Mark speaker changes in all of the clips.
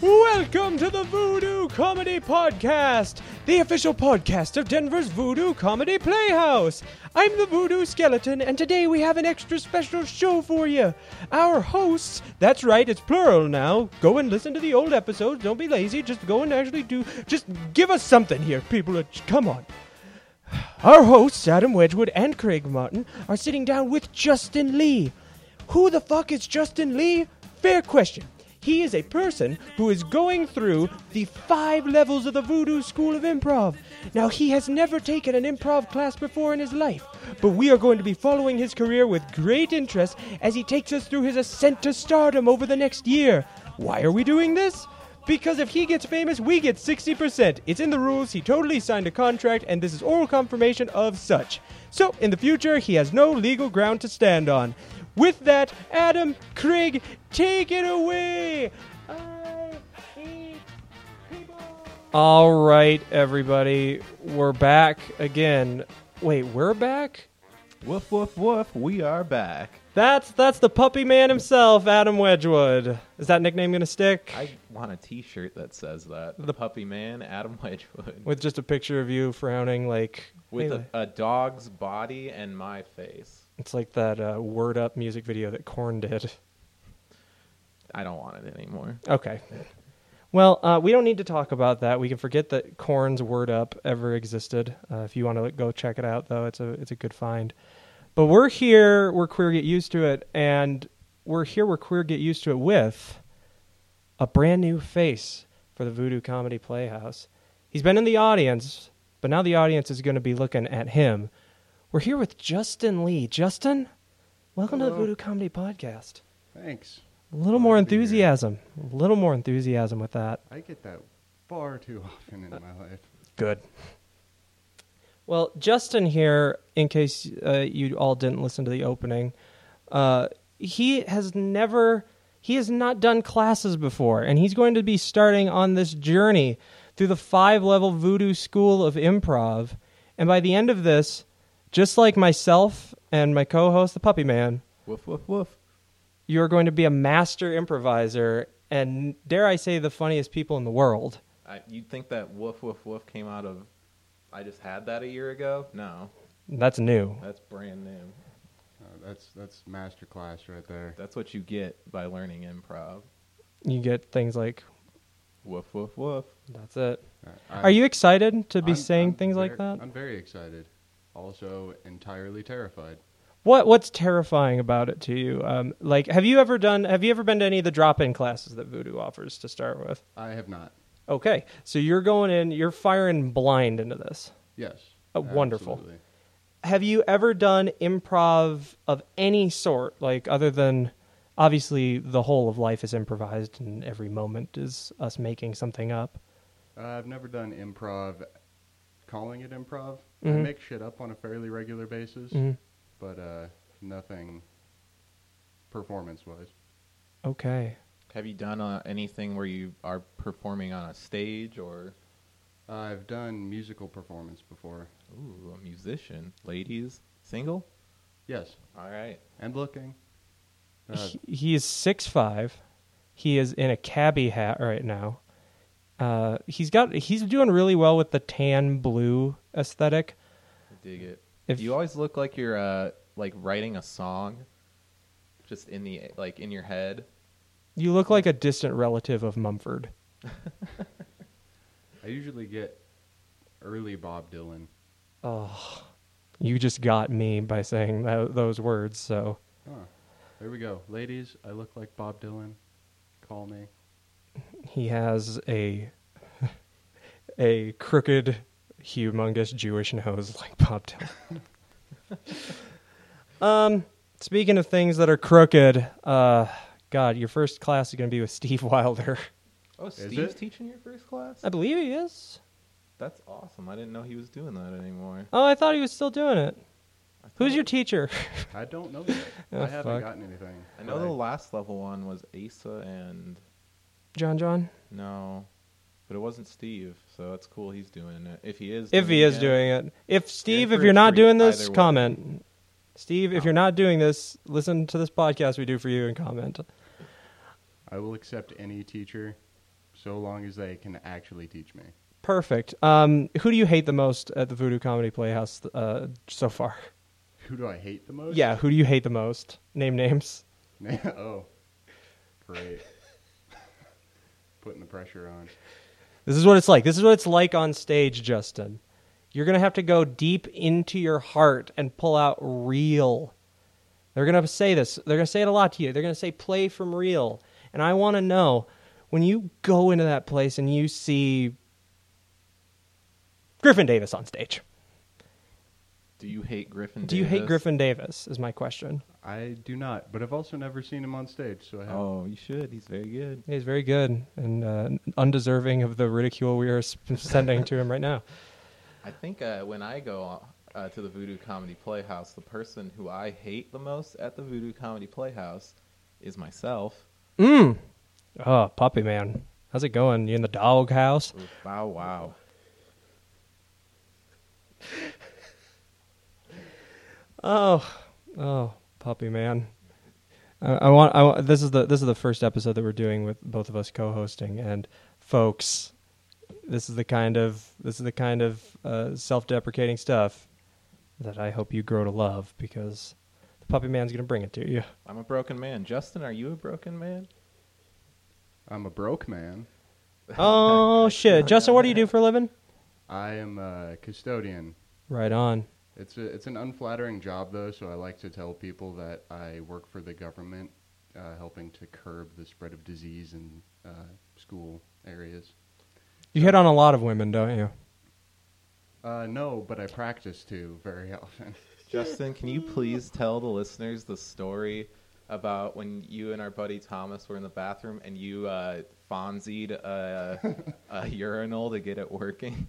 Speaker 1: Welcome to the Voodoo Comedy Podcast, the official podcast of Denver's Voodoo Comedy Playhouse. I'm the Voodoo Skeleton, and today we have an extra special show for you. Our hosts, that's right, it's plural now. Go and listen to the old episodes. Don't be lazy. Just go and actually do, just give us something here, people. Come on. Our hosts, Adam Wedgwood and Craig Martin, are sitting down with Justin Lee. Who the fuck is Justin Lee? Fair question. He is a person who is going through the five levels of the Voodoo School of Improv. Now, he has never taken an improv class before in his life, but we are going to be following his career with great interest as he takes us through his ascent to stardom over the next year. Why are we doing this? Because if he gets famous, we get 60%. It's in the rules. He totally signed a contract, and this is oral confirmation of such. So, in the future, he has no legal ground to stand on. With that, Adam Craig, take it away! I hate people. All right, everybody. We're back again. Wait, we're back?
Speaker 2: Woof woof woof, we are back.
Speaker 1: That's that's the puppy man himself, Adam Wedgwood. Is that nickname going to stick?
Speaker 2: I want a t-shirt that says that. The puppy man, Adam Wedgwood.
Speaker 1: with just a picture of you frowning like
Speaker 2: With
Speaker 1: Anyway,
Speaker 2: a, a dog's body and my face.
Speaker 1: it's like that uh, word up music video that Korn did.
Speaker 2: I don't want it anymore.
Speaker 1: Okay. Well, uh, we don't need to talk about that. We can forget that Korn's Word Up ever existed. Uh, if you want to go check it out, though, it's a it's a good find. But we're here. We're queer. Get used to it, and we're here. We're queer. Get used to it with a brand new face for the Voodoo Comedy Playhouse. He's been in the audience, but now the audience is going to be looking at him. We're here with Justin Lee. Justin, welcome to the
Speaker 3: Hello.
Speaker 1: Voodoo Comedy Podcast.
Speaker 3: Thanks.
Speaker 1: A little more
Speaker 3: Glad to be here.
Speaker 1: enthusiasm. A little more enthusiasm with that.
Speaker 3: I get that far too often in my life.
Speaker 1: Good. Well, Justin here, in case uh, you all didn't listen to the opening, uh, he has never, he has not done classes before, and he's going to be starting on this journey through the five level voodoo school of improv. And by the end of this, just like myself and my co host, the Puppy Man,
Speaker 2: Woof woof woof.
Speaker 1: you're going to be a master improviser and, dare I say, the funniest people in the world.
Speaker 2: I, you'd think that woof woof woof came out of I just had that a year ago? No,
Speaker 1: That's new.
Speaker 2: that's brand new.
Speaker 3: Uh, that's that's master class right there.
Speaker 2: That's what you get by learning improv.
Speaker 1: You get things like
Speaker 2: Woof woof woof.
Speaker 1: That's it.
Speaker 3: Uh,
Speaker 1: Are you excited to
Speaker 3: I'm-
Speaker 1: be saying
Speaker 3: I'm
Speaker 1: things like
Speaker 3: ver-
Speaker 1: that?
Speaker 3: I'm very excited. Also, entirely terrified.
Speaker 1: What What's terrifying about it to you? Um, like, have you ever done? Have you ever been to any of the drop-in classes that Voodoo offers to start with?
Speaker 3: I have not.
Speaker 1: Okay, so you're going in, you're firing blind into this.
Speaker 3: Yes.
Speaker 1: Oh, wonderful.
Speaker 3: absolutely.
Speaker 1: Have you ever done improv of any sort, like other than obviously the whole of life is improvised and every moment is us making something up?
Speaker 3: Uh, I've never done improv. Calling it improv, I
Speaker 1: Mhm.
Speaker 3: make shit up on a fairly regular basis,
Speaker 1: Mhm.
Speaker 3: but uh, nothing performance-wise.
Speaker 1: Okay,
Speaker 2: Have you done uh, anything where you are performing on a stage or
Speaker 3: I've done musical performance before.
Speaker 2: ooh, a musician? Ladies, single?
Speaker 3: Yes,
Speaker 2: All right.
Speaker 3: and looking. Uh,
Speaker 1: he, he is six five. He is in a cabbie hat right now. Uh, he's got he's doing really well with the tan blue aesthetic.
Speaker 2: Dig it.
Speaker 1: If-
Speaker 2: you always look like you're uh, like writing a song, just in the like in your head.
Speaker 1: You look like a distant relative of Mumford.
Speaker 3: I usually get early Bob Dylan.
Speaker 1: Oh, you just got me by saying tho- those words. So
Speaker 3: Huh. There we go. Ladies, I look like Bob Dylan. Call me.
Speaker 1: he has a a crooked, humongous Jewish nose like Bob Dylan. um, speaking of things that are crooked, uh, God, your first class is going to be with Steve Wilder.
Speaker 2: Oh, Steve's
Speaker 3: it?
Speaker 2: teaching your first class.
Speaker 1: I believe he is.
Speaker 2: That's awesome. I didn't know he was doing that anymore.
Speaker 1: Oh, I thought he was still doing it.
Speaker 2: I
Speaker 1: Who's
Speaker 2: thought-
Speaker 1: your teacher?
Speaker 3: I don't know that.
Speaker 1: Oh,
Speaker 3: I haven't
Speaker 1: fuck.
Speaker 3: gotten anything.
Speaker 2: I know the last level one was Asa and
Speaker 1: John John?
Speaker 2: no, but it wasn't Steve. So that's cool. He's doing it. If he is,
Speaker 1: If he is
Speaker 2: it,
Speaker 1: doing it. If Steve, if
Speaker 2: for a
Speaker 1: you're not
Speaker 2: treat
Speaker 1: doing this,
Speaker 2: either way.
Speaker 1: comment. Steve, if you're not doing this, listen to this podcast we do for you and comment.
Speaker 3: I will accept any teacher so long as they can actually teach me.
Speaker 1: Perfect. Um, who do you hate the most at the Voodoo Comedy Playhouse uh, so far?
Speaker 3: Who do I hate the most?
Speaker 1: Yeah, who do you hate the most? Name names.
Speaker 3: oh, great. Putting the pressure on.
Speaker 1: This is what it's like. This is what it's like on stage, Justin. You're going to have to go deep into your heart and pull out real. They're going to say this. They're going to say it a lot to you. They're going to say play from real. And I want to know when you go into that place and you see Griffin Davis on stage.
Speaker 2: Do you hate Griffin?
Speaker 1: Do you hate
Speaker 2: Davis?
Speaker 1: Griffin Davis? Is my question.
Speaker 3: I do not, but I've also never seen him on stage, so I have.
Speaker 2: Oh, you should. He's very good.
Speaker 1: He's very good and uh, undeserving of the ridicule we are s- sending to him right now.
Speaker 2: I think uh, when I go uh, to the Voodoo Comedy Playhouse, the person who I hate the most at the Voodoo Comedy Playhouse is myself.
Speaker 1: Mm. Oh, puppy man. How's it going? You in the doghouse?
Speaker 2: Ooh, Wow, wow.
Speaker 1: Oh, oh, puppy man. I, I want. I want. This is the this is the first episode that we're doing with both of us co-hosting, and folks, this is the kind of this is the kind of uh, self-deprecating stuff that I hope you grow to love because the puppy man's gonna bring it to you.
Speaker 2: I'm a broken man. Justin, are you a broken man?
Speaker 3: I'm a broke man.
Speaker 1: Oh shit, Justin, what do you do for a living?
Speaker 3: I am a custodian.
Speaker 1: Right on.
Speaker 3: It's a, it's an unflattering job though, so I like to tell people that I work for the government, uh, helping to curb the spread of disease in uh, school areas.
Speaker 1: You hit on a lot of women, don't you?
Speaker 3: Uh, no, but I practice to very often.
Speaker 2: Justin, can you please tell the listeners the story about when you and our buddy Thomas were in the bathroom and you uh, fonzied a, a urinal to get it working?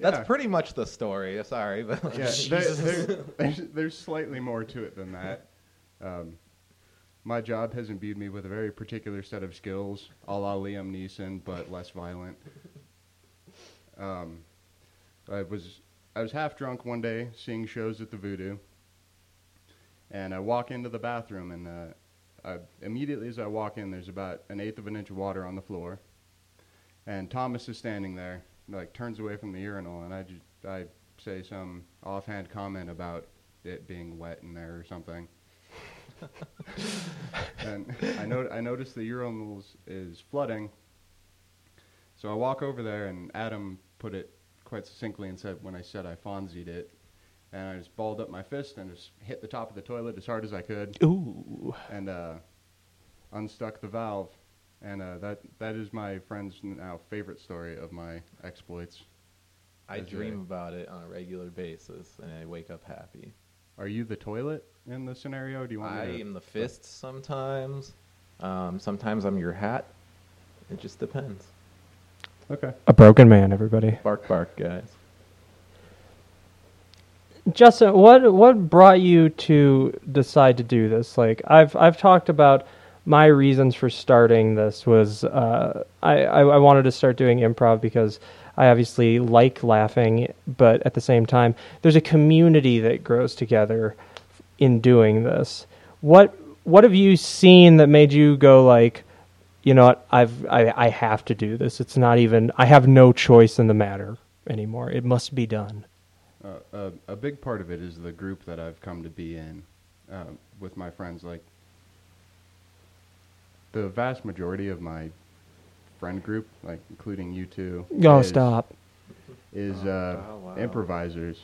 Speaker 2: That's
Speaker 3: Yeah.
Speaker 2: pretty much the story. Sorry, but
Speaker 3: yeah, there, there, there's, there's slightly more to it than that. Um, my job has imbued me with a very particular set of skills, a la Liam Neeson, but less violent. Um, I was I was half drunk one day, seeing shows at the Voodoo, and I walk into the bathroom, and uh, I, immediately as I walk in, there's about an eighth of an inch of water on the floor, and Thomas is standing there, like turns away from the urinal, and I just I say some offhand comment about it being wet in there or something. and I know I noticed the urinals is flooding. So I walk over there and Adam put it quite succinctly and said when I said I fonzied it and I just balled up my fist and just hit the top of the toilet as hard as I could
Speaker 1: Ooh.
Speaker 3: and uh, unstuck the valve. And uh, that that is my friend's now favorite story of my exploits.
Speaker 2: I
Speaker 3: That's
Speaker 2: dream
Speaker 3: right.
Speaker 2: about it on a regular basis, and I wake up happy.
Speaker 3: Are you the toilet in the scenario? or Do you want
Speaker 2: I
Speaker 3: me to?
Speaker 2: am the fists sometimes. Um, sometimes I'm your hat. It just depends.
Speaker 3: Okay.
Speaker 1: A broken man, everybody.
Speaker 2: Bark, bark, guys.
Speaker 1: Justin, what what brought you to decide to do this? Like I've I've talked about my reasons for starting this was uh, I, I I wanted to start doing improv because I obviously like laughing, but at the same time, there's a community that grows together in doing this. What what have you seen that made you go like, you know what, I've I, I have to do this. It's not even I have no choice in the matter anymore. It must be done.
Speaker 3: Uh, a, a big part of it is the group that I've come to be in uh, with my friends. Like, the vast majority of my friend group, like including you two,
Speaker 1: Oh,
Speaker 3: is-
Speaker 1: stop.
Speaker 3: is
Speaker 2: Oh,
Speaker 3: uh,
Speaker 2: wow, wow.
Speaker 3: improvisers.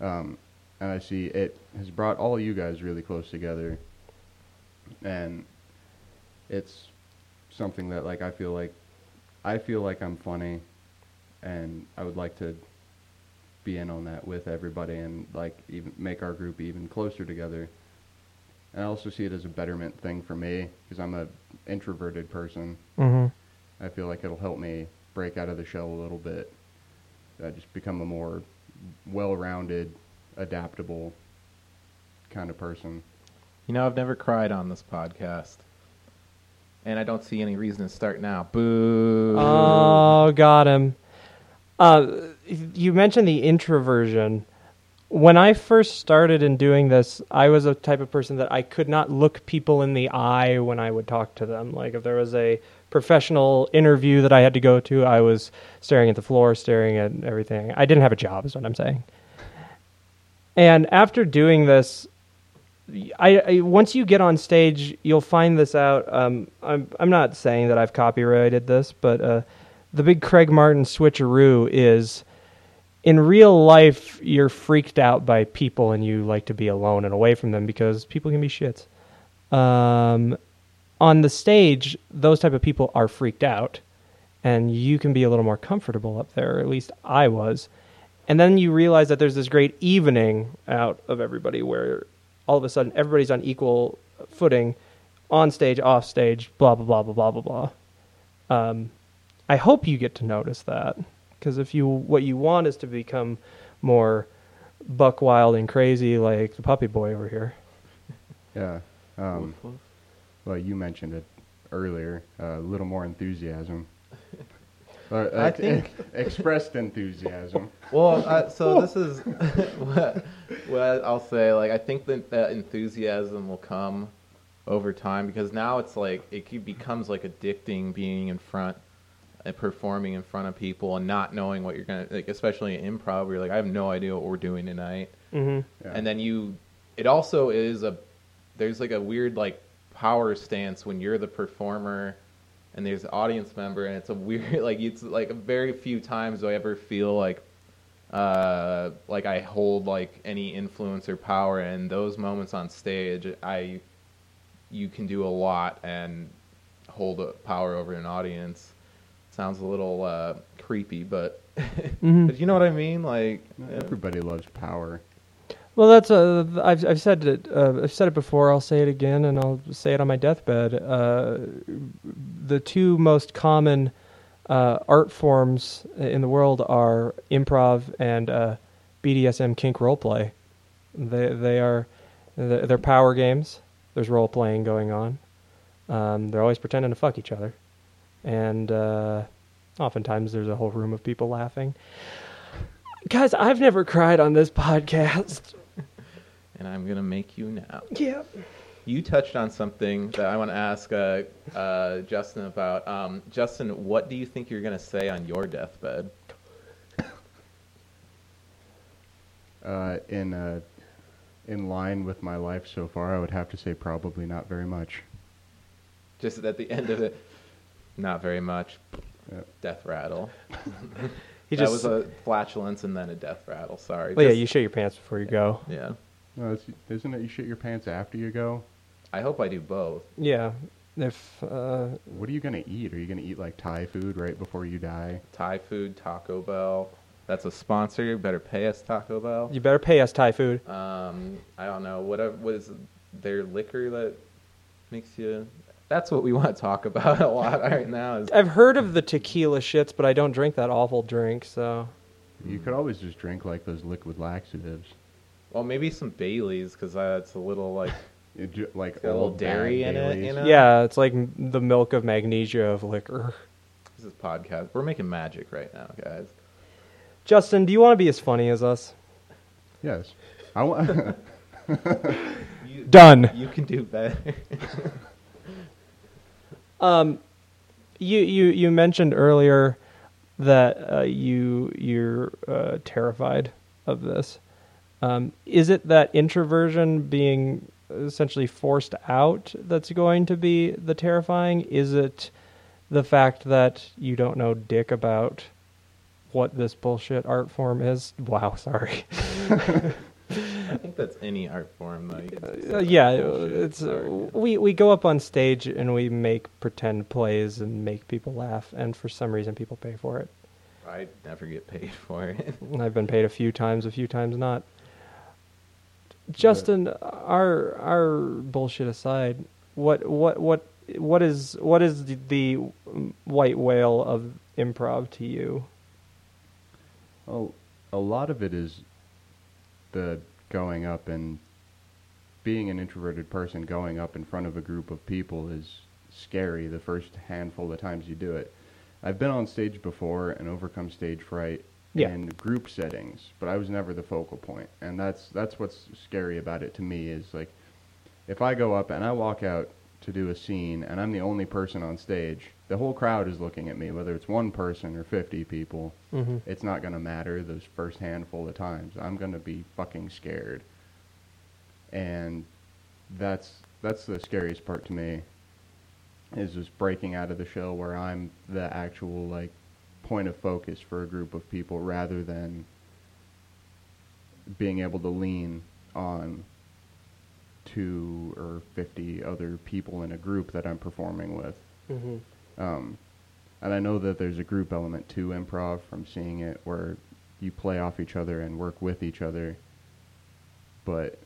Speaker 3: Um, and I see it has brought all you guys really close together, and it's something that like I feel like I feel like I'm funny, and I would like to be in on that with everybody and like even make our group even closer together. And I also see it as a betterment thing for me because I'm a introverted person.
Speaker 1: Mm-hmm.
Speaker 3: I feel like it'll help me break out of the shell a little bit. I just become a more well-rounded, adaptable kind of person.
Speaker 2: You know, I've never cried on this podcast. And I don't see any reason to start now. Boo.
Speaker 1: Oh, got him. Uh, you mentioned the introversion. When I first started in doing this, I was a type of person that I could not look people in the eye when I would talk to them. Like if there was a professional interview that I had to go to, I was staring at the floor, staring at everything. I didn't have a job, is what I'm saying. And after doing this, I, I once you get on stage, you'll find this out. Um, I'm I'm not saying that I've copyrighted this, but uh, the big Craig Martin switcheroo is in real life you're freaked out by people and you like to be alone and away from them because people can be shits. Um, on the stage, those type of people are freaked out, and you can be a little more comfortable up there. Or at least I was. And then you realize that there's this great evening out of everybody where all of a sudden everybody's on equal footing on stage, off stage, blah, blah, blah, blah, blah, blah, blah. Um, I hope you get to notice that because if you what you want is to become more buck wild and crazy like the puppy boy over here.
Speaker 3: Yeah. Um, well, you mentioned it earlier. uh, A little more enthusiasm. Or,
Speaker 2: I
Speaker 3: ex-
Speaker 2: think-
Speaker 3: expressed enthusiasm.
Speaker 2: Well, uh, so this is what, what I'll say. Like, I think that that enthusiasm will come over time because now it's like it ke- becomes like addicting being in front and performing in front of people and not knowing what you're gonna like, especially in improv. Where you're like, I have no idea what we're doing tonight,
Speaker 1: Mm-hmm.
Speaker 3: Yeah.
Speaker 2: and then you. It also is a there's like a weird like power stance when you're the performer and there's an audience member and it's a weird like it's like very few times do I ever feel like uh like I hold like any influence or power and those moments on stage I you can do a lot and hold a power over an audience sounds a little uh creepy but
Speaker 1: Mhm.
Speaker 2: but you know what I mean like
Speaker 3: Everybody loves power.
Speaker 1: Well, that's uh, I've I've said it uh, I've said it before. I'll say it again, and I'll say it on my deathbed. Uh, the two most common uh, art forms in the world are improv and uh, BDSM kink role play. They they are they're they're power games. There's role playing going on. Um, they're always pretending to fuck each other, and uh, oftentimes there's a whole room of people laughing. Guys, I've never cried on this podcast.
Speaker 2: and I'm going to make you now
Speaker 1: Yeah.
Speaker 2: You touched on something that I want to ask uh, uh, Justin about. Um, Justin, what do you think you're going to say on your deathbed?
Speaker 3: Uh, in uh, in line with my life so far, I would have to say probably not very much.
Speaker 2: Just at the end of it, not very much.
Speaker 3: Yeah.
Speaker 2: Death rattle.
Speaker 1: He
Speaker 2: that
Speaker 1: just.
Speaker 2: was a flatulence and then a death rattle. Sorry.
Speaker 1: well, yeah,
Speaker 2: Just-
Speaker 1: you shit your pants before you go.
Speaker 2: yeah.
Speaker 3: No, it's, isn't it you shit your pants after you go?
Speaker 2: I hope I do both.
Speaker 1: Yeah. If uh,
Speaker 3: What are you gonna eat? Are you gonna eat like Thai food right before you die?
Speaker 2: Thai food, Taco Bell. That's a sponsor. You better pay us, Taco Bell.
Speaker 1: you better pay us Thai food.
Speaker 2: Um, I don't know. Whatever what is their liquor that makes you. That's what we want to talk about a lot right now. Is
Speaker 1: I've heard of the tequila shits, but I don't drink that awful drink. So
Speaker 2: Hmm.
Speaker 3: You could always just drink like those liquid laxatives,
Speaker 2: Well, maybe some Baileys because uh, it's a little like
Speaker 3: It ju- like
Speaker 2: Got a little
Speaker 3: old bad
Speaker 2: dairy in it, you
Speaker 3: Baileys.
Speaker 2: know?
Speaker 1: yeah, it's like m- the milk of magnesia of liquor.
Speaker 2: this is podcast. We're making magic right now, guys.
Speaker 1: Justin, do you want to be as funny as us?
Speaker 3: Yes, I want.
Speaker 2: You,
Speaker 1: Done.
Speaker 2: you can do better.
Speaker 1: Um, you you you mentioned earlier that uh, you you're uh, terrified of this. Um, is it that introversion being essentially forced out that's going to be the terrifying? Is it the fact that you don't know dick about what this bullshit art form is? Wow, sorry.
Speaker 2: I think that's any art form, though. You can just
Speaker 1: Uh,
Speaker 2: say
Speaker 1: yeah,
Speaker 2: bullshit.
Speaker 1: it's
Speaker 2: Sorry.
Speaker 1: we we go up on stage and we make pretend plays and make people laugh, and for some reason people pay for it.
Speaker 2: I never get paid for it.
Speaker 1: And I've been paid a few times, a few times not. Justin, our our bullshit aside, what what what what is what is the, the white whale of improv to you?
Speaker 3: Oh, a lot of it is the going up and being an introverted person going up in front of a group of people is scary the first handful of times you do it. I've been on stage before and overcome stage fright
Speaker 1: Yeah.
Speaker 3: in group settings, but I was never the focal point. And that's that's what's scary about it to me is like if I go up and I walk out to do a scene and I'm the only person on stage, the whole crowd is looking at me, whether it's one person or 50 people.
Speaker 1: Mhm.
Speaker 3: It's not going to matter those first handful of times. I'm going to be fucking scared. And that's that's the scariest part to me is just breaking out of the show where I'm the actual like point of focus for a group of people rather than being able to lean on two or 50 other people in a group that I'm performing with.
Speaker 1: Mm-hmm.
Speaker 3: Um, and I know that there's a group element to improv from seeing it where you play off each other and work with each other. But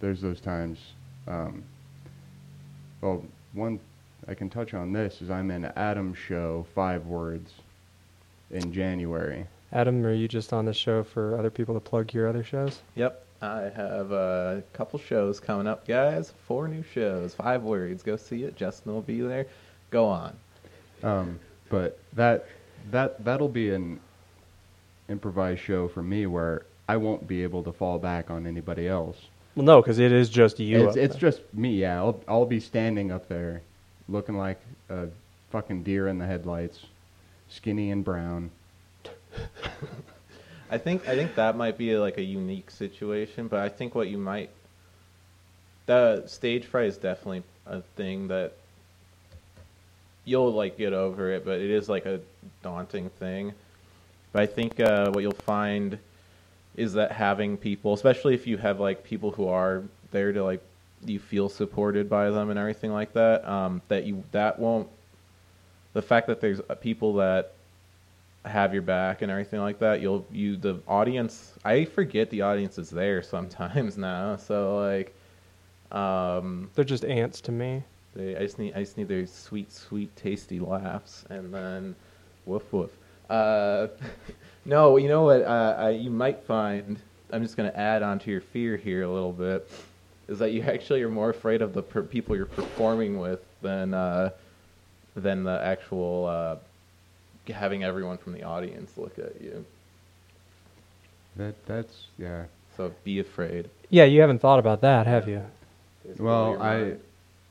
Speaker 3: there's those times. Um, well, one I can touch on this is I'm in Adam's show, Five Words, in January.
Speaker 1: Adam, are you just on the show for other people to plug your other shows?
Speaker 2: Yep. I have a couple shows coming up, guys. Four new shows, five words. Go see it. Justin will be there. Go on.
Speaker 3: Um, but that that that'll be an improvised show for me where I won't be able to fall back on anybody else.
Speaker 1: Well, no, because it is just you.
Speaker 3: it's it's just me. Yeah, I'll I'll be standing up there, looking like a fucking deer in the headlights, skinny and brown.
Speaker 2: I think I think that might be like a unique situation, but I think what you might the stage fright is definitely a thing that you'll like get over it, but it is like a daunting thing. But I think uh, what you'll find is that having people, especially if you have like people who are there to like you feel supported by them and everything like that, um, that you that won't the fact that there's uh, people that have your back and everything like that you'll you the audience i forget the audience is there sometimes now so like um
Speaker 1: They're just ants to me.
Speaker 2: they i just need i just need their sweet sweet tasty laughs and then woof woof uh no you know what uh, I, you might find i'm just going to add on to your fear here a little bit is that you actually are more afraid of the per- people you're performing with than uh than the actual uh having everyone from the audience look at you
Speaker 3: That that's yeah.
Speaker 2: So be afraid.
Speaker 1: Yeah, you haven't thought about that, have you?
Speaker 2: Just blow
Speaker 3: Well,
Speaker 2: your
Speaker 3: I
Speaker 2: mind.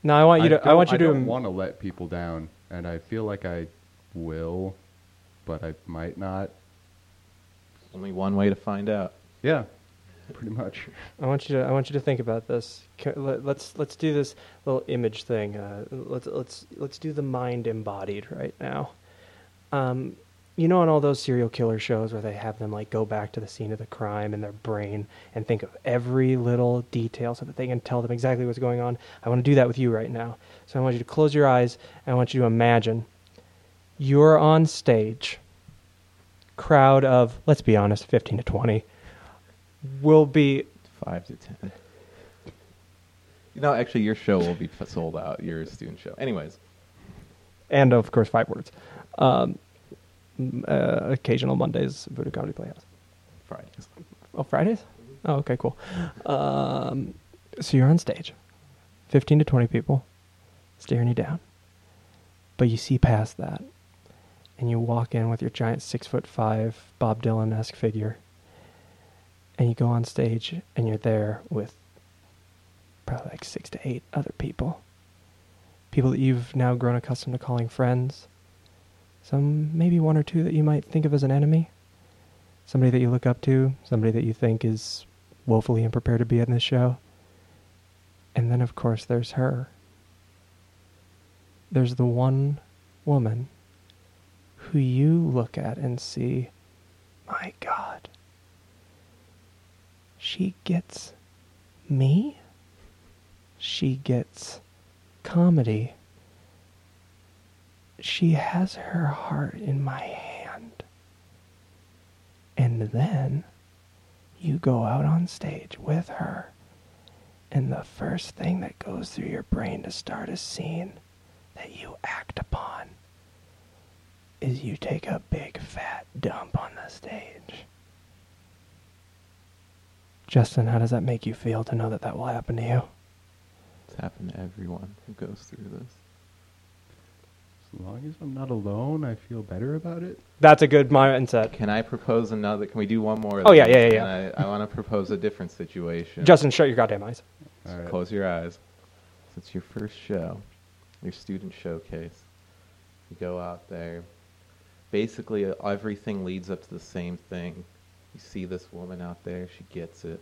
Speaker 1: No, I want you to. I,
Speaker 3: don't-
Speaker 1: want you to.
Speaker 3: I don't want to let people down, and I feel like I will, but I might not.
Speaker 2: only one way to find out.
Speaker 3: Yeah, pretty much.
Speaker 1: I want you to. I want you to think about this. C- let- Let's let's do this little image thing. Uh, let's let's let's do the mind embodied right now. Um, you know, on all those serial killer shows where they have them like go back to the scene of the crime in their brain and think of every little detail so that they can tell them exactly what's going on. I want to do that with you right now. So I want you to close your eyes and I want you to imagine you're on stage. Crowd of let's be honest, fifteen to twenty will be
Speaker 2: Five to ten. You know, actually, your show will be sold out. Your student show. Anyways,
Speaker 1: and of course five words. Um, m- uh, occasional Mondays, Voodoo Comedy Playhouse.
Speaker 2: Fridays.
Speaker 1: Oh, Fridays. Oh, okay, cool. Um, so you're on stage, fifteen to twenty people, staring you down. But you see past that, and you walk in with your giant six foot five Bob Dylan esque figure, and you go on stage, and you're there with probably like six to eight other people. People that you've now grown accustomed to calling friends. Some, maybe one or two that you might think of as an enemy. Somebody that you look up to. Somebody that you think is woefully unprepared to be in this show. And then, of course, there's her. There's the one woman who you look at and see, my God, she gets me? She gets comedy. She has her heart in my hand. And then you go out on stage with her, and the first thing that goes through your brain to start a scene that you act upon is you take a big fat dump on the stage. Justin, how does that make you feel to know that that will happen to you?
Speaker 2: It's happened to everyone who goes through this.
Speaker 3: As long as I'm not alone, I feel better about it.
Speaker 1: That's a good mindset.
Speaker 2: Can I propose another? Can we do one more? of
Speaker 1: Oh, yeah,
Speaker 2: these?
Speaker 1: yeah, yeah,
Speaker 2: And
Speaker 1: yeah.
Speaker 2: I, I want to propose a different situation.
Speaker 1: Justin, shut your goddamn eyes.
Speaker 2: Just
Speaker 3: All right.
Speaker 2: close your eyes. It's your first show. your student showcase. You go out there. Basically, uh, everything leads up to the same thing. You see this woman out there, she gets it.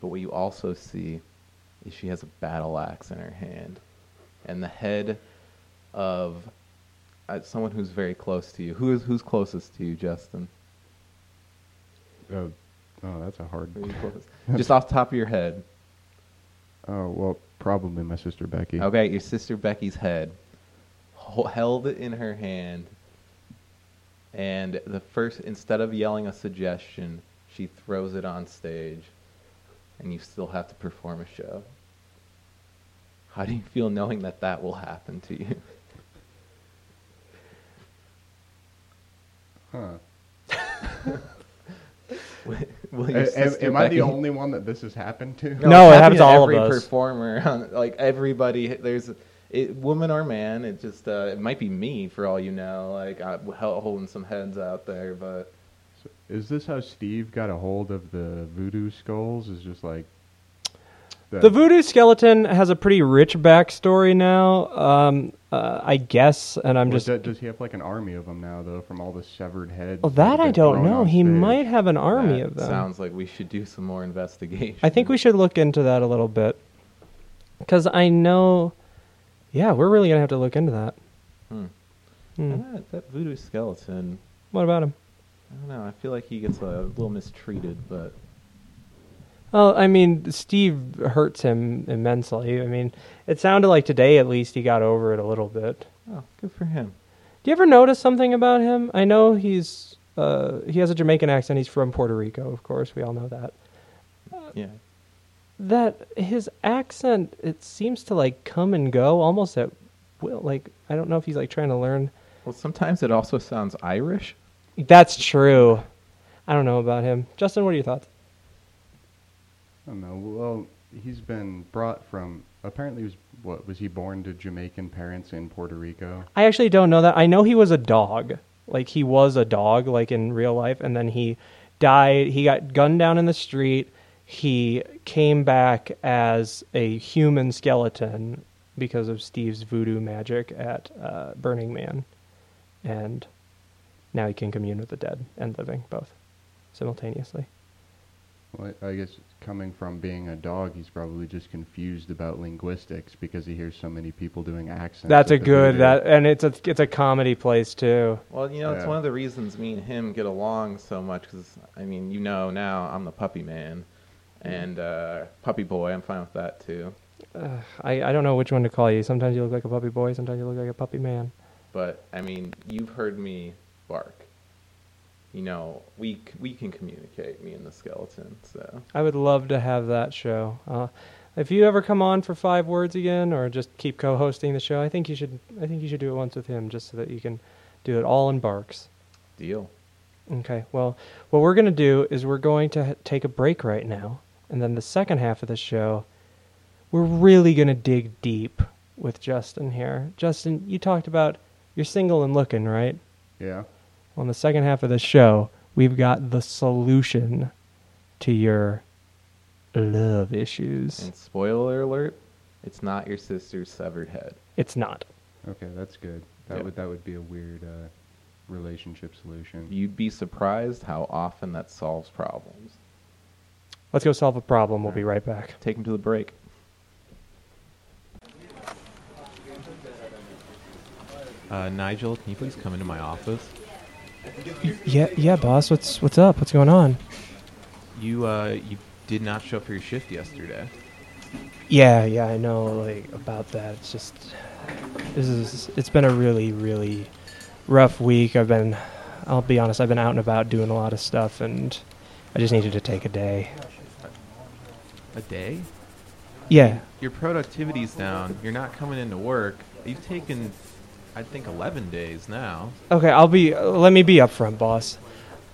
Speaker 2: But what you also see is she has a battle axe in her hand. And the head of uh, someone who's very close to you. Who is who's closest to you, Justin?
Speaker 3: Oh, oh, that's a hard.
Speaker 2: Who are you closest? Just off the top of your head.
Speaker 3: Oh well, probably my sister Becky.
Speaker 2: Okay, your sister Becky's head, ho- held it in her hand, and the first, instead of yelling a suggestion, she throws it on stage, and you still have to perform a show. How do you feel knowing that that will happen to you?
Speaker 3: Huh.
Speaker 2: will
Speaker 3: A-
Speaker 2: your
Speaker 3: am-
Speaker 2: sister
Speaker 3: am I the
Speaker 2: Becky-
Speaker 3: only one that this has happened to?
Speaker 2: No,
Speaker 1: No,
Speaker 2: it
Speaker 1: it
Speaker 2: happens
Speaker 1: happens
Speaker 2: to
Speaker 1: all of
Speaker 2: every
Speaker 1: us.
Speaker 2: performer, on, like everybody. There's it, woman or man. It just uh, it might be me for all you know. Like I'm hel- holding some heads out there, but
Speaker 3: Is this how Steve got a hold of the voodoo skulls? Is just like
Speaker 1: The voodoo skeleton has a pretty rich backstory now, um, uh, I guess, and I'm
Speaker 3: Or
Speaker 1: just.
Speaker 3: does, does he have like an army of them now though, from all the severed heads?
Speaker 1: Well, Oh, that
Speaker 3: have
Speaker 1: I
Speaker 3: been
Speaker 1: don't
Speaker 3: thrown
Speaker 1: know.
Speaker 3: on
Speaker 1: He
Speaker 3: stage?
Speaker 1: might have an army
Speaker 2: that
Speaker 1: of them.
Speaker 2: Sounds like we should do some more investigation.
Speaker 1: I think we should look into that a little bit, because I know. Yeah, we're really gonna have to look into that.
Speaker 2: Hmm.
Speaker 1: Hmm.
Speaker 2: Ah, that voodoo skeleton.
Speaker 1: What about him?
Speaker 2: I don't know. I feel like he gets a little mistreated, but
Speaker 1: Well, I mean, Steve hurts him immensely. I mean, it sounded like today, at least, he got over it a little bit.
Speaker 2: oh, good for him.
Speaker 1: Do you ever notice something about him? I know he's uh, he has a Jamaican accent. He's from Puerto Rico, of course. We all know that.
Speaker 2: Yeah.
Speaker 1: That his accent it seems to like come and go almost at will. Like I don't know if he's like trying to learn.
Speaker 2: Well, sometimes it also sounds Irish.
Speaker 1: That's true. I don't know about him. Justin, what are your thoughts?
Speaker 3: I don't know. Well, he's been brought from. Apparently, he was what was he born to Jamaican parents in Puerto Rico?
Speaker 1: I actually don't know that. I know he was a dog. Like he was a dog, like in real life, and then he died. He got gunned down in the street. He came back as a human skeleton because of Steve's voodoo magic at uh, Burning Man, and now he can commune with the dead and living both simultaneously.
Speaker 3: Well, I I guess coming from being a dog, he's probably just confused about linguistics because he hears so many people doing accents.
Speaker 1: That's
Speaker 3: at
Speaker 1: a
Speaker 3: the
Speaker 1: good
Speaker 3: voodoo.
Speaker 1: that, and it's a it's a comedy place too.
Speaker 2: Well, you know, it's
Speaker 3: Yeah.
Speaker 2: one of the reasons me and him get along so much because, I mean, you know, now I'm the puppy man and uh, puppy boy. I'm fine with that too.
Speaker 1: I, I don't know which one to call you. Sometimes you look like a puppy boy. Sometimes you look like a puppy man.
Speaker 2: But I mean, you've heard me bark. You know, we c- we can communicate, me and the skeleton. So
Speaker 1: I would love to have that show. Uh, if you ever come on for five words again, or just keep co-hosting the show, I think you should. I think you should do it once with him, just so that you can do it all in barks.
Speaker 2: deal.
Speaker 1: Okay. Well, what we're going to do is we're going to h- take a break right now, and then the second half of the show, we're really going to dig deep with Justin here. Justin, you talked about you're single and looking, right?
Speaker 3: Yeah.
Speaker 1: on the second half of the show, we've got the solution to your love issues.
Speaker 2: And spoiler alert, it's not your sister's severed head.
Speaker 1: It's not.
Speaker 3: Okay, that's good. That
Speaker 2: Yeah.
Speaker 3: would that would be a weird uh, relationship solution.
Speaker 2: You'd be surprised how often that solves problems.
Speaker 1: Let's go solve a problem. We'll be right back.
Speaker 2: Take him to the break. Uh, Nigel, can you please come into my office?
Speaker 1: Yeah, yeah, boss. What's what's up? What's going on?
Speaker 2: You uh, you did not show up for your shift yesterday.
Speaker 1: Yeah, yeah, I know like about that. It's just this is it's been a really really rough week. I've been I'll be honest, I've been out and about doing a lot of stuff and I just needed to take a day.
Speaker 2: A day?
Speaker 1: Yeah.
Speaker 2: Your productivity's down. You're not coming into work. You've taken, I think, 11 days now.
Speaker 1: Okay, I'll be. uh, Let me be upfront, boss.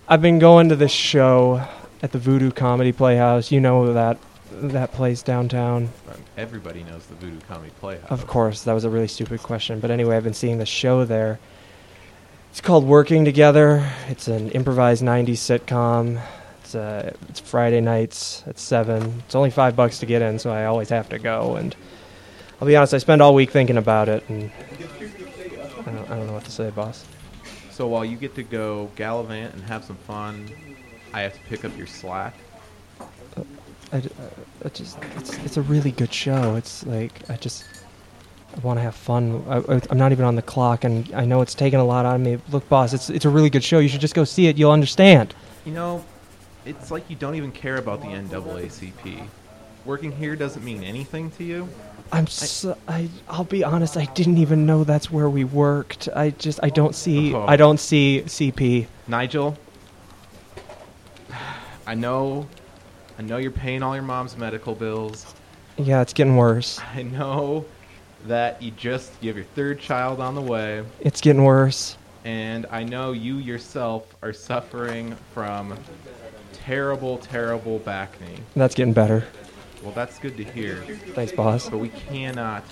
Speaker 1: I've been going to this show at the Voodoo Comedy Playhouse. You know that that place downtown.
Speaker 2: Um, Everybody knows the Voodoo Comedy Playhouse.
Speaker 1: Of course, that was a really stupid question. But anyway, I've been seeing the show there. It's called Working Together. It's an improvised '90s sitcom. It's uh, it's Friday nights at seven. It's only five bucks to get in, so I always have to go. And I'll be honest. I spend all week thinking about it, and I don't, I don't know what to say, boss.
Speaker 2: So while you get to go gallivant and have some fun, I have to pick up your slack.
Speaker 1: I, d- uh, I- I just it's, it's a really good show. It's like I just I want to have fun. I, I, I'm not even on the clock, and I know it's taking a lot out of me. Look, boss, it's it's a really good show. You should just go see it. You'll understand.
Speaker 2: You know, it's like you don't even care about the NAACP. Working here doesn't mean anything to you.
Speaker 1: I'm so, I I'll be honest. I didn't even know that's where we worked. I just I don't see
Speaker 2: Oh.
Speaker 1: I don't see CP.
Speaker 2: Nigel, I know, I know you're paying all your mom's medical bills.
Speaker 1: Yeah, it's getting worse.
Speaker 2: I know that you just you have your third child on the way,
Speaker 1: It's getting worse.
Speaker 2: and I know you yourself are suffering from terrible, terrible back knee.
Speaker 1: That's getting better.
Speaker 2: Well, that's good to hear,
Speaker 1: Thanks, boss.
Speaker 2: but we cannot.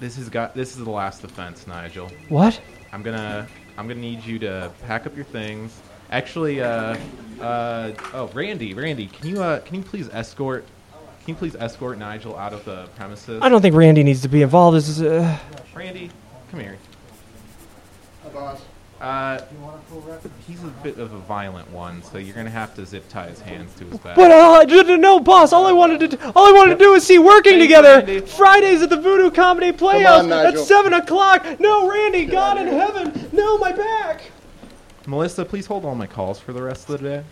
Speaker 2: This has got. This is the last offense, Nigel.
Speaker 1: What?
Speaker 2: I'm gonna I'm gonna need you to pack up your things. Actually, uh, uh, oh Randy, Randy, can you uh, can you please escort can you please escort Nigel out of the premises?
Speaker 1: I don't think Randy needs to be involved. This is uh,
Speaker 2: Randy, come here.
Speaker 3: Boss.
Speaker 2: Uh, he's a bit of a violent one, so you're gonna have to zip tie his hands to his back.
Speaker 1: But uh, I didn't know, boss. All I wanted to do, all I wanted to do was see working
Speaker 2: Hey,
Speaker 1: together.
Speaker 2: Randy.
Speaker 1: Fridays at the Voodoo Comedy Playhouse
Speaker 3: on,
Speaker 1: at
Speaker 3: Nigel.
Speaker 1: seven o'clock. No, Randy, God in heaven, no, my back.
Speaker 2: Melissa, please hold all my calls for the rest of the day.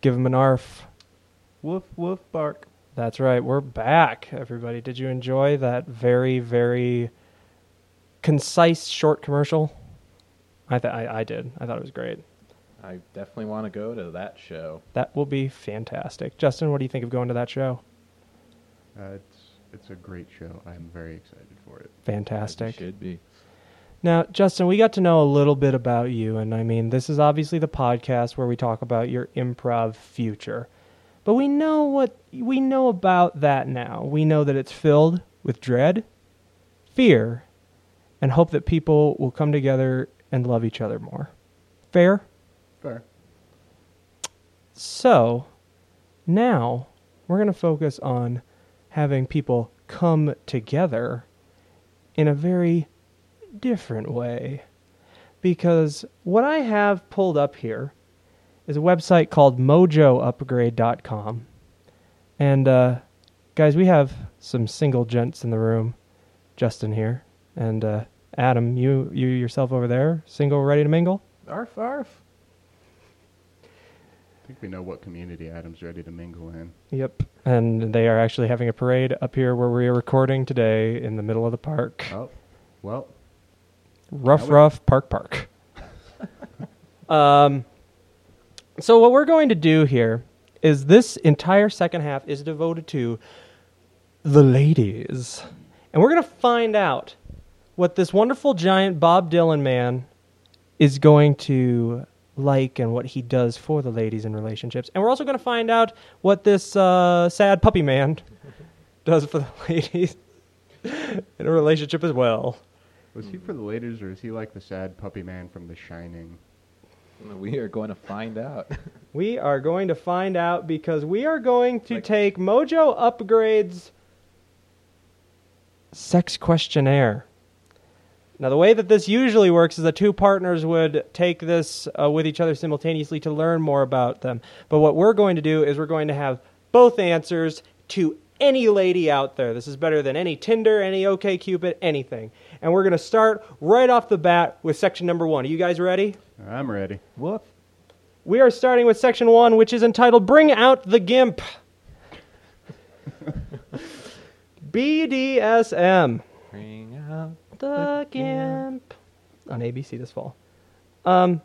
Speaker 1: Give him an arf.
Speaker 2: Woof woof bark.
Speaker 1: That's right. We're back, everybody. Did you enjoy that very, very concise short commercial? I th- I, I did. I thought it was great.
Speaker 2: I definitely want to go to that show.
Speaker 1: That will be fantastic. Justin, what do you think of going to that show?
Speaker 3: Uh, it's it's a great show. I'm very excited for it.
Speaker 1: Fantastic.
Speaker 2: Should be.
Speaker 1: Now, Justin, we got to know a little bit about you, and I mean, this is obviously the podcast where we talk about your improv future. But we know what we know about that now. We know that it's filled with dread, fear, and hope that people will come together and love each other more. Fair?
Speaker 3: Fair.
Speaker 1: So, now we're going to focus on having people come together in a very different way. Because what I have pulled up here is a website called mojoupgrade.com. And uh, guys, we have some single gents in the room. Justin here and uh, Adam, you you yourself over there, single ready to mingle?
Speaker 2: Arf arf.
Speaker 3: I think we know what community Adam's ready to mingle in.
Speaker 1: Yep. And they are actually having a parade up here where we are recording today in the middle of the park.
Speaker 3: Oh, well,
Speaker 1: Rough,
Speaker 3: Now we-
Speaker 1: rough, park, park. um, so, what we're going to do here is this entire second half is devoted to the ladies. And we're going to find out what this wonderful giant Bob Dylan man is going to like and what he does for the ladies in relationships. And we're also going to find out what this uh, sad puppy man does for the ladies in a relationship as well.
Speaker 3: was he for the ladies or is he like the sad puppy man from The Shining?
Speaker 2: We are going to find out.
Speaker 1: We are going to find out because we are going to
Speaker 2: Like-
Speaker 1: take Mojo Upgrade's sex questionnaire. Now, the way that this usually works is the two partners would take this uh, with each other simultaneously to learn more about them. But what we're going to do is we're going to have both answers to any lady out there. This is better than any Tinder, any OKCupid, anything. And we're going to start right off the bat with section number one. Are you guys ready?
Speaker 3: I'm ready.
Speaker 2: woof.
Speaker 1: We are starting with section one, which is entitled Bring Out the Gimp. BDSM.
Speaker 2: Bring out
Speaker 1: The Gimp. On ABC this fall. Um,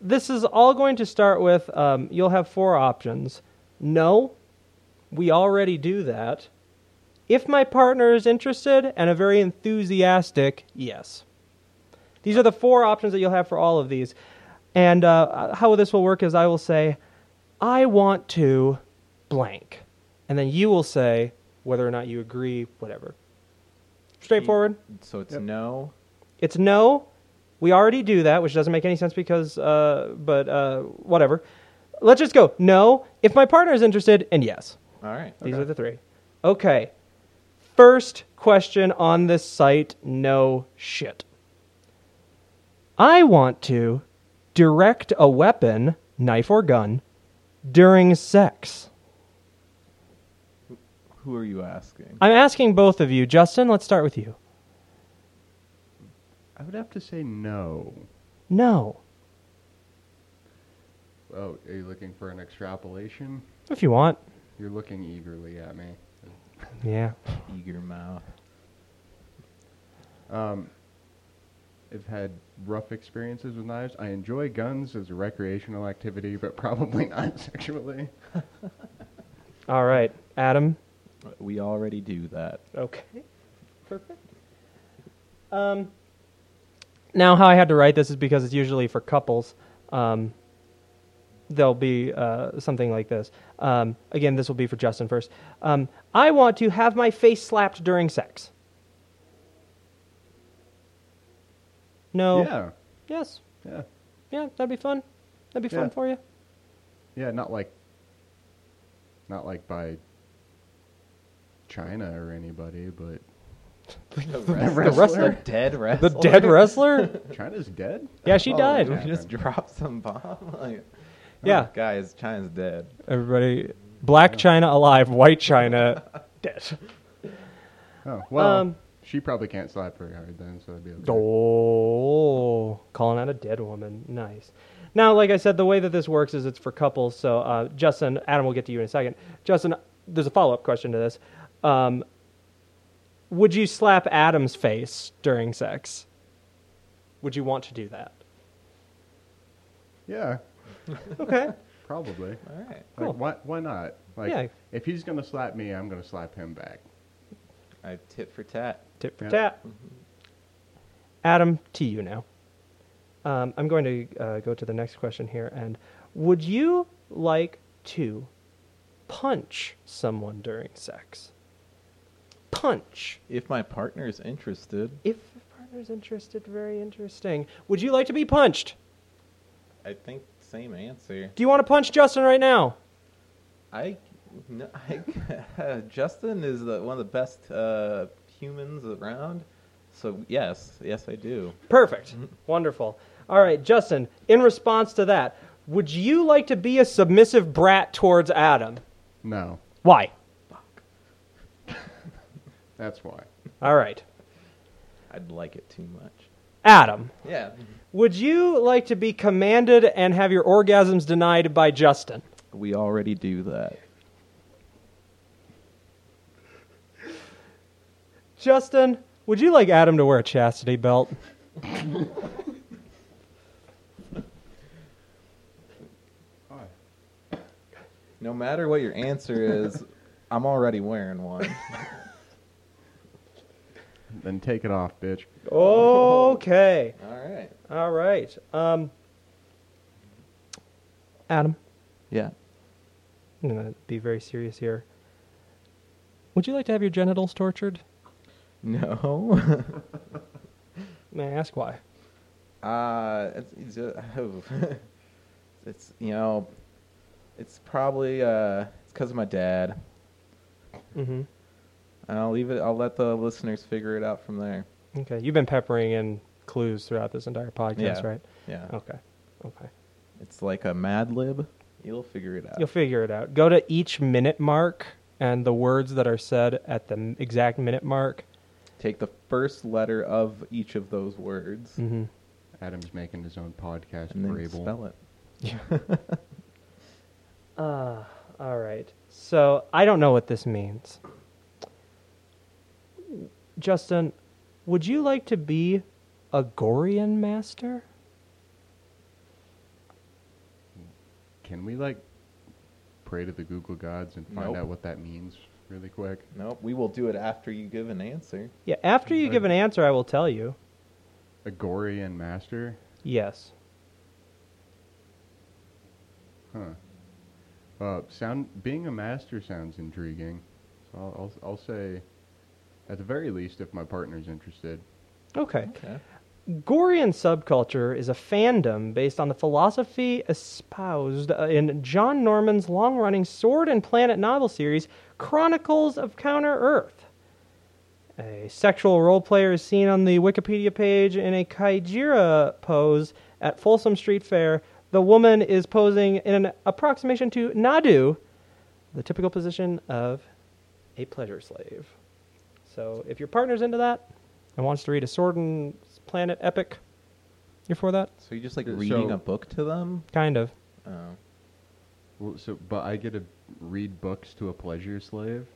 Speaker 1: this is all going to start with um, you'll have four options. No, we already do that. If my partner is interested and a very enthusiastic, yes. These are the four options that you'll have for all of these. And uh, how this will work is I will say, I want to blank. And then you will say whether or not you agree, whatever. Straightforward.
Speaker 2: So it's
Speaker 3: Yep.
Speaker 2: no.
Speaker 1: It's no. We already do that, which doesn't make any sense because, uh, but uh, whatever. Let's just go. No, if my partner is interested, and yes.
Speaker 2: All right.
Speaker 1: These
Speaker 3: Okay.
Speaker 1: are the three. Okay. First question on this site no shit. I want to direct a weapon, knife or gun, during sex.
Speaker 2: Who are you asking?
Speaker 1: I'm asking both of you. Justin, let's start with you.
Speaker 3: I would have to say no.
Speaker 1: No.
Speaker 3: Oh, are you looking for an extrapolation?
Speaker 1: If you want.
Speaker 3: You're looking eagerly at me.
Speaker 1: Yeah.
Speaker 2: Eager mouth.
Speaker 3: Um, I've had rough experiences with knives. I enjoy guns as a recreational activity, but probably not sexually.
Speaker 1: All right. Adam,
Speaker 2: We already do that.
Speaker 1: Okay. Perfect. Um, now, how I had to write this is because it's usually for couples. Um, there'll be uh, something like this. Um, again, this will be for Justin first. Um, I want to have my face slapped during sex. No.
Speaker 3: Yeah,
Speaker 1: Yes.
Speaker 3: yeah,
Speaker 1: Yeah, that'd be fun. That'd be
Speaker 3: Yeah.
Speaker 1: fun for you.
Speaker 3: yeah. Not like, not like by China or anybody, but
Speaker 2: The
Speaker 1: wrestler?
Speaker 2: The dead
Speaker 1: The
Speaker 2: wrestler.
Speaker 1: dead wrestler?
Speaker 3: China's dead.
Speaker 1: yeah, she
Speaker 2: Oh,
Speaker 1: died.
Speaker 2: We
Speaker 3: yeah.
Speaker 2: just dropped some bomb. Like,
Speaker 1: Yeah.
Speaker 2: guys, China's dead.
Speaker 1: Everybody, black China alive, white China dead.
Speaker 3: Oh well,
Speaker 1: Um,
Speaker 3: she probably can't slap very hard then, so that'd be okay.
Speaker 1: Oh, calling out a dead woman. Nice. Now, like I said, the way that this works is it's for couples. So, uh, Justin, Adam, we'll get to you in a second. Justin, there's a follow up question to this. Um, would you slap Adam's face during sex? Would you want to do that?
Speaker 3: Yeah,
Speaker 1: Okay.
Speaker 3: probably.
Speaker 2: All right.
Speaker 1: Cool.
Speaker 3: Like, why? Why not? Like,
Speaker 1: Yeah.
Speaker 3: if he's gonna slap me, I'm gonna slap him back.
Speaker 2: I tit for tat.
Speaker 1: Tip for
Speaker 3: Yeah.
Speaker 1: tap. Adam, to you now. Um, I'm going to uh, go to the next question here. And would you like to punch someone during sex? Punch.
Speaker 2: If my partner's interested,
Speaker 1: If your partner's interested, very interesting. Would you like to be punched?
Speaker 2: I think same answer.
Speaker 1: Do you want to punch Justin right now?
Speaker 2: I, no, I Justin is the, one of the best uh, humans around. So yes, yes I do.
Speaker 1: Perfect. Wonderful. All right, Justin, in response to that, would you like to be a submissive brat towards Adam?
Speaker 3: No,
Speaker 1: Why?
Speaker 3: that's why.
Speaker 1: All right.
Speaker 2: I'd like it too much.
Speaker 1: Adam,
Speaker 2: Yeah.
Speaker 1: Would you like to be commanded and have your orgasms denied by Justin?
Speaker 2: We already do that.
Speaker 1: Justin, would you like Adam to wear a chastity belt?
Speaker 2: No matter what your answer is, I'm already wearing one.
Speaker 3: Then take it off, bitch.
Speaker 1: Okay.
Speaker 2: All right.
Speaker 1: All right. Um, Adam,
Speaker 2: Yeah.
Speaker 1: I'm going to be very serious here. Would you like to have your genitals tortured?
Speaker 2: No.
Speaker 1: May I ask why?
Speaker 2: Uh, it's, it's, uh, it's you know, it's probably uh, it's because of my dad.
Speaker 1: Mm-hmm.
Speaker 2: And I'll leave it. I'll let the listeners figure it out from there.
Speaker 1: Okay. You've been peppering in clues throughout this entire podcast,
Speaker 2: Yeah.
Speaker 1: right? Oh.
Speaker 2: Yeah,
Speaker 1: Okay. Okay.
Speaker 2: it's like a Mad Lib. You'll figure it out.
Speaker 1: You'll figure it out. Go to each minute mark and the words that are said at the m- exact minute mark.
Speaker 2: Take the first letter of each of those words
Speaker 1: Mm-hmm.
Speaker 3: Adam's making his own podcast.
Speaker 2: and then
Speaker 3: Brable.
Speaker 2: spell it.
Speaker 1: Uh, all right. So I don't know what this means. Justin, would you like to be a Gorian master?
Speaker 3: Can we like pray to the Google gods and find
Speaker 2: Nope.
Speaker 3: out what that means really quick?
Speaker 2: Nope. We will do it after you give an answer.
Speaker 1: Yeah, after you give an answer, I will tell you.
Speaker 3: A Gorian master?
Speaker 1: Yes.
Speaker 3: Huh. Uh, sound being a master sounds intriguing. So I'll, I'll I'll say, at the very least, if my partner's interested.
Speaker 1: Okay.
Speaker 2: Okay.
Speaker 1: Gorian subculture is a fandom based on the philosophy espoused uh, in John Norman's long running Sword and Planet novel series, Chronicles of Counter Earth. A sexual role player is seen on the Wikipedia page in a Kaijira pose at Folsom Street Fair. The woman is posing in an approximation to Nadu, the typical position of a pleasure slave. So if your partner's into that and wants to read a Sword and Planet epic, you're for that?
Speaker 2: So you're just like
Speaker 3: Uh,
Speaker 2: reading
Speaker 3: so-
Speaker 2: a book to them?
Speaker 1: Kind of.
Speaker 2: Oh.
Speaker 3: Well, so, but I get to read books to a pleasure slave.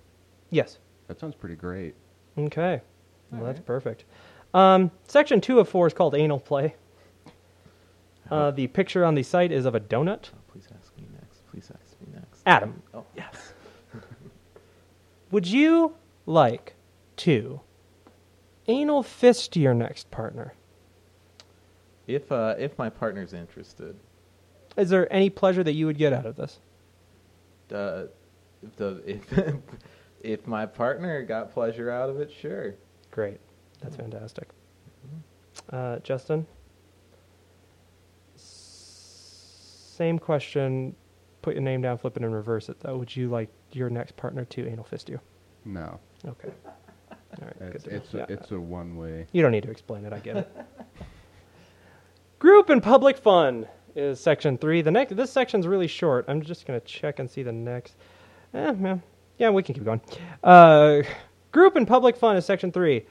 Speaker 1: Yes.
Speaker 3: That sounds pretty great.
Speaker 1: Okay. Well,
Speaker 2: All
Speaker 1: that's
Speaker 2: right.
Speaker 1: perfect. Um, section two of four is called anal play. Uh, the picture on the site is of a donut.
Speaker 2: Oh, please ask me next. Please ask me next.
Speaker 1: Adam.
Speaker 2: Oh, yes.
Speaker 1: Would you like to anal fist your next partner?
Speaker 2: If uh, if my partner's interested,
Speaker 1: Is there any pleasure that you would get out of this?
Speaker 2: uh, if the if if my partner got pleasure out of it, sure.
Speaker 1: Great. That's fantastic.
Speaker 2: Oh,
Speaker 1: Uh, Justin? S- Same question. Put your name down, flip it, and reverse it, though. Would you like your next partner to anal fist you?
Speaker 3: No,
Speaker 1: Okay. All right. good
Speaker 3: it's
Speaker 1: to know.
Speaker 3: it's a,
Speaker 1: Yeah.
Speaker 3: it's a one way.
Speaker 1: You don't need to explain it. I get it. Group and public fun is section three. The next, this section's really short. I'm just gonna check and see the next. Eh, yeah, yeah, we can keep going. Uh, group and public fun is section three.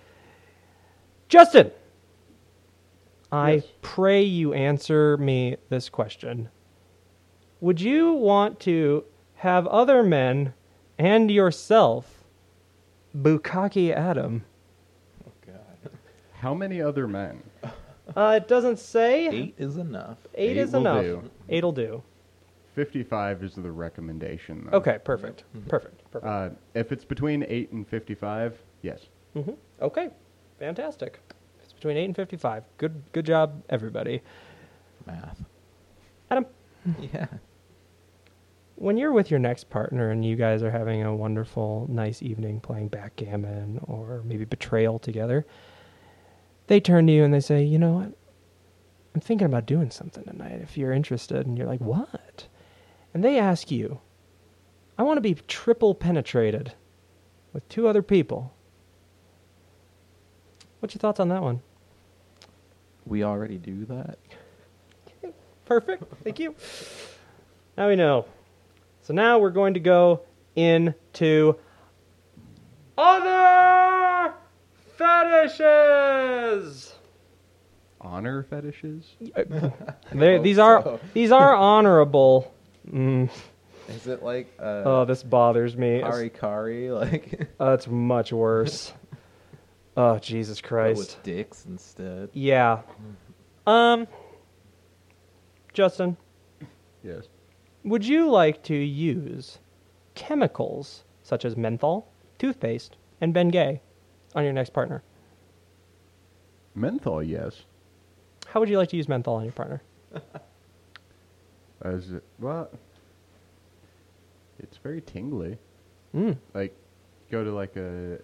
Speaker 1: Justin, I
Speaker 3: Yes.
Speaker 1: pray you answer me this question. Would you want to have other men and yourself, Bukaki Adam?
Speaker 2: Oh God.
Speaker 3: How many other men?
Speaker 1: Uh, it doesn't say.
Speaker 2: Eight is enough.
Speaker 1: Eight,
Speaker 3: Eight
Speaker 1: is
Speaker 3: will
Speaker 1: enough.
Speaker 3: do.
Speaker 1: Eight'll do.
Speaker 3: Fifty-five is the recommendation. Though.
Speaker 1: Okay, perfect. Perfect. Perfect.
Speaker 3: Uh, if it's between eight and fifty-five, yes.
Speaker 1: hmm Okay. Fantastic. It's between eight and fifty-five. Good. Good job, everybody.
Speaker 2: Math.
Speaker 1: Adam,
Speaker 2: Yeah.
Speaker 1: when you're with your next partner and you guys are having a wonderful, nice evening playing backgammon or maybe betrayal together, they turn to you and they say, "You know what? I'm thinking about doing something tonight. If you're interested," and you're like, "What?" And they ask you, "I want to be triple penetrated with two other people." What's your thoughts on that one?
Speaker 2: We already do that.
Speaker 1: Perfect. Thank you. Now we know. So now we're going to go into other fetishes.
Speaker 3: Honor fetishes.
Speaker 1: They-
Speaker 2: hope
Speaker 1: these are
Speaker 2: so.
Speaker 1: these are honorable. Mm.
Speaker 2: Is it like uh,
Speaker 1: Oh, this bothers me. It's-
Speaker 2: Kari Kari like
Speaker 1: Oh, it's much worse. oh, Jesus
Speaker 2: but
Speaker 1: Christ.
Speaker 2: with dicks instead?
Speaker 1: Yeah. Um, Justin.
Speaker 3: Yes.
Speaker 1: Would you like to use chemicals such as menthol, toothpaste, and Bengay on your next partner?
Speaker 3: Menthol, yes.
Speaker 1: How would you like to use menthol on your partner?
Speaker 3: As it, well, it's very tingly.
Speaker 1: Mm.
Speaker 3: Like, go to like a.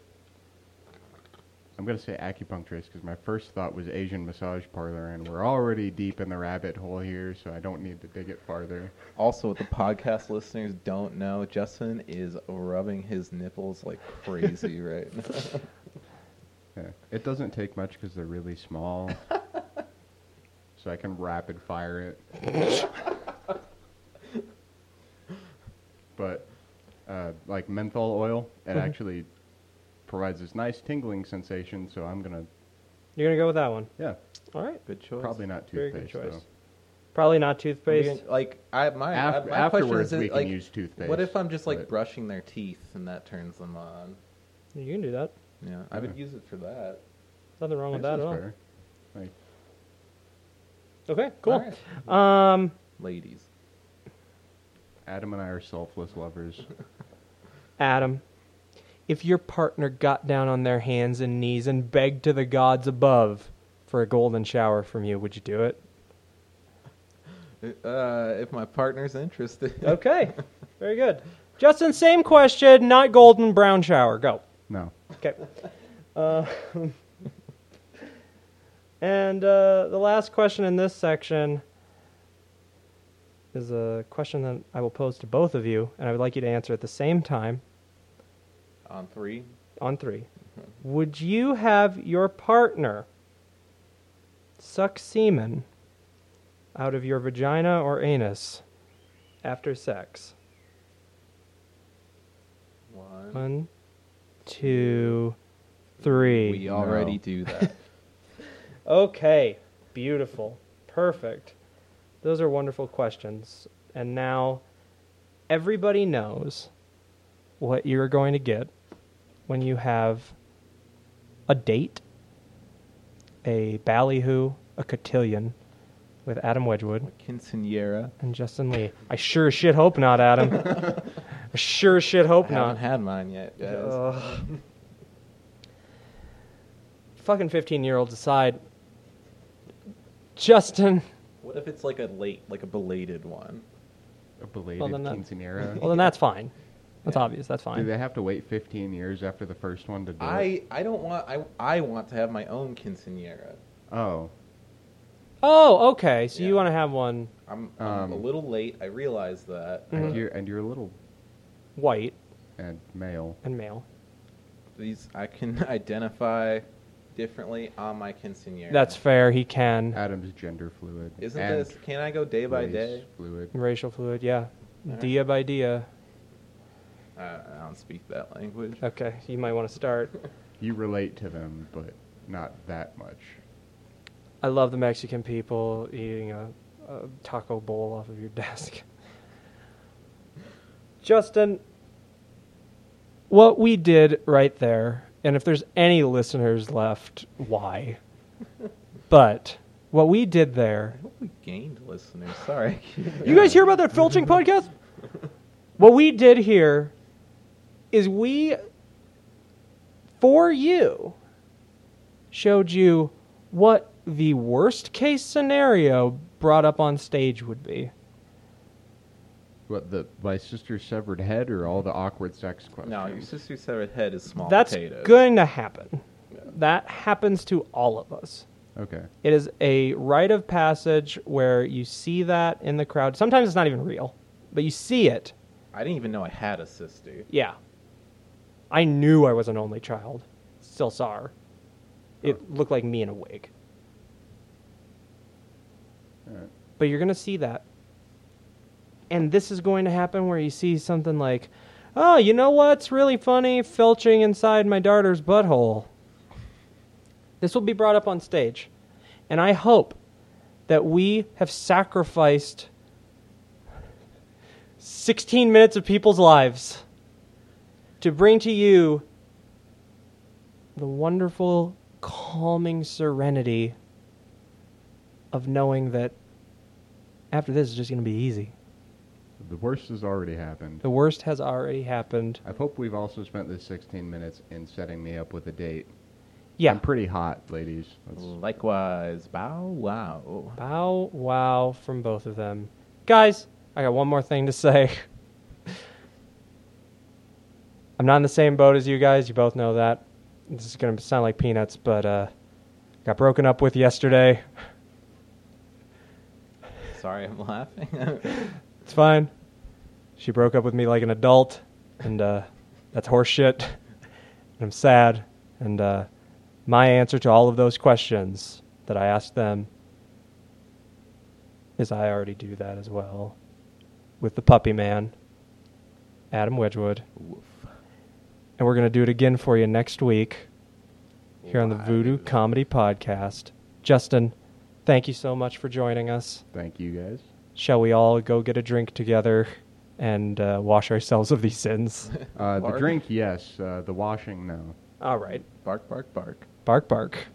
Speaker 3: I'm gonna say acupuncturist because my first thought was Asian massage parlor, and we're already deep in the rabbit hole here, so I don't need to dig it farther.
Speaker 2: Also, what the podcast listeners don't know, Justin is rubbing his nipples like crazy right now.
Speaker 3: Yeah. It doesn't take much because they're really small, so I can rapid fire it. but uh, like menthol oil,
Speaker 1: Mm-hmm.
Speaker 3: it actually provides this nice tingling sensation. So I'm gonna,
Speaker 1: You're going to go with that one.
Speaker 3: yeah,
Speaker 1: All right.
Speaker 2: Good choice.
Speaker 3: probably not
Speaker 1: Very
Speaker 3: toothpaste.
Speaker 1: good choice.
Speaker 3: Though.
Speaker 1: Probably not
Speaker 2: We
Speaker 1: toothpaste.
Speaker 2: can- Like I my,
Speaker 3: Af-
Speaker 2: I- my
Speaker 3: afterwards,
Speaker 2: question is,
Speaker 3: we
Speaker 2: is,
Speaker 3: can
Speaker 2: like,
Speaker 3: use toothpaste.
Speaker 2: What if I'm just like
Speaker 3: but-
Speaker 2: brushing their teeth and that turns them on?
Speaker 1: You can do that.
Speaker 2: Yeah, I would
Speaker 3: Okay.
Speaker 2: use it for that.
Speaker 1: Nothing wrong with
Speaker 3: That
Speaker 1: that at all.
Speaker 3: sounds fair. Like,
Speaker 1: Okay, cool.
Speaker 2: Alright.
Speaker 1: Um,
Speaker 2: Ladies,
Speaker 3: Adam and I are selfless lovers.
Speaker 1: Adam, if your partner got down on their hands and knees and begged to the gods above for a golden shower from you, would you do it?
Speaker 2: uh, if my partner's interested,
Speaker 1: Okay, very good. Justin, same question, not golden brown shower. Go.
Speaker 3: no,
Speaker 1: Okay. Um, And uh, the last question in this section is a question that I will pose to both of you, and I would like you to answer at the same time
Speaker 2: On three,
Speaker 1: on three. Would you have your partner suck semen out of your vagina or anus after sex?
Speaker 2: one.
Speaker 1: One, two, three.
Speaker 2: We already do that.
Speaker 1: Okay, beautiful, perfect. Those are wonderful questions. And now everybody knows what you're going to get when you have a date, a ballyhoo, a cotillion with Adam Wedgwood
Speaker 2: Quinceanera.
Speaker 1: and Justin Lee. I sure as shit hope not, Adam. I sure as shit hope
Speaker 2: I
Speaker 1: not.
Speaker 2: haven't had mine yet, guys.
Speaker 1: Ugh. Fucking 15 year olds aside, Justin.
Speaker 2: What if it's like a late, like a belated one?
Speaker 3: A belated
Speaker 1: then that-
Speaker 3: quinceanera.
Speaker 1: Well, then that's fine. That's
Speaker 2: Yeah.
Speaker 1: obvious. That's
Speaker 3: do
Speaker 1: fine.
Speaker 3: they have to wait 15 years after the first one to do it?
Speaker 2: I I don't want I I want to have my own quinceanera.
Speaker 3: Oh,
Speaker 1: Oh, okay. So you
Speaker 2: Yeah.
Speaker 1: want to have one
Speaker 2: I'm, I'm a
Speaker 3: Um,
Speaker 2: little late. I realize that.
Speaker 3: and
Speaker 1: Mhm.
Speaker 3: you're and you're a little
Speaker 1: white
Speaker 3: and male.
Speaker 1: and male.
Speaker 2: These I can identify differently on my quinceanera.
Speaker 1: That's fair. He
Speaker 2: Uh,
Speaker 1: can.
Speaker 3: Adam's gender fluid.
Speaker 2: Isn't
Speaker 3: and
Speaker 2: this? Can I go day by
Speaker 3: race
Speaker 2: day?
Speaker 3: Fluid.
Speaker 1: Racial fluid. Yeah.
Speaker 2: Alright.
Speaker 1: Dia by dia.
Speaker 2: I, I don't speak that language.
Speaker 1: Okay. You might want to start.
Speaker 3: You relate to them, but not that much.
Speaker 1: I love the Mexican people eating a, a taco bowl off of your desk. Justin, what we did right there, and if there's any listeners left, why? but what we did there,
Speaker 2: We gained listeners. Sorry.
Speaker 1: you guys hear about that filching podcast? What we did here is we, for you, showed you what the worst case scenario brought up on stage would be.
Speaker 3: What the my sister's severed head or all the awkward sex questions?
Speaker 2: No, your sister's severed head is small
Speaker 1: That's
Speaker 2: potatoes.
Speaker 1: going to happen. That happens to all of us.
Speaker 3: Okay.
Speaker 1: It is a rite of passage where you see that in the crowd. Sometimes it's not even real, but you see it.
Speaker 2: I didn't even know I had a sister.
Speaker 1: Yeah. I knew I was an only child. Still saw her. It looked like me in a wig.
Speaker 3: Alright.
Speaker 1: But you're going to see that. And this is going to happen where you see something like, oh, you know what's really funny? Filching inside my daughter's butthole. This will be brought up on stage. And I hope that we have sacrificed 16 minutes of people's lives to bring to you the wonderful, calming serenity of knowing that after this is just going to be easy.
Speaker 3: The worst has already happened.
Speaker 1: The worst has already happened.
Speaker 3: I hope we've also spent this 16 minutes in setting me up with a date.
Speaker 1: Yeah.
Speaker 3: I'm pretty hot, ladies. Let's,
Speaker 2: Likewise, bow wow.
Speaker 1: Bow wow from both of them. Guys, I got one more thing to say. I'm not in the same boat as you guys. You both know that. This is going to sound like peanuts, but uh, got broken up with yesterday.
Speaker 2: Sorry, I'm laughing.
Speaker 1: It's fine. She broke up with me like an adult, and uh, that's horseshit. And I'm sad. And uh, my answer to all of those questions that I asked them is I already do that as well with the puppy man, Adam Wedgwood.
Speaker 2: Woof.
Speaker 1: And we're going to do it again for you next week here on the
Speaker 2: Live.
Speaker 1: Voodoo Comedy Podcast. Justin, thank you so much for joining us
Speaker 3: thank you guys.
Speaker 1: shall we all go get a drink together and uh, wash ourselves of these sins?
Speaker 3: Uh, the
Speaker 2: Bark.
Speaker 3: drink, yes. Uh, the washing, no.
Speaker 1: all right.
Speaker 2: Bark, bark, bark.
Speaker 1: Bark, bark.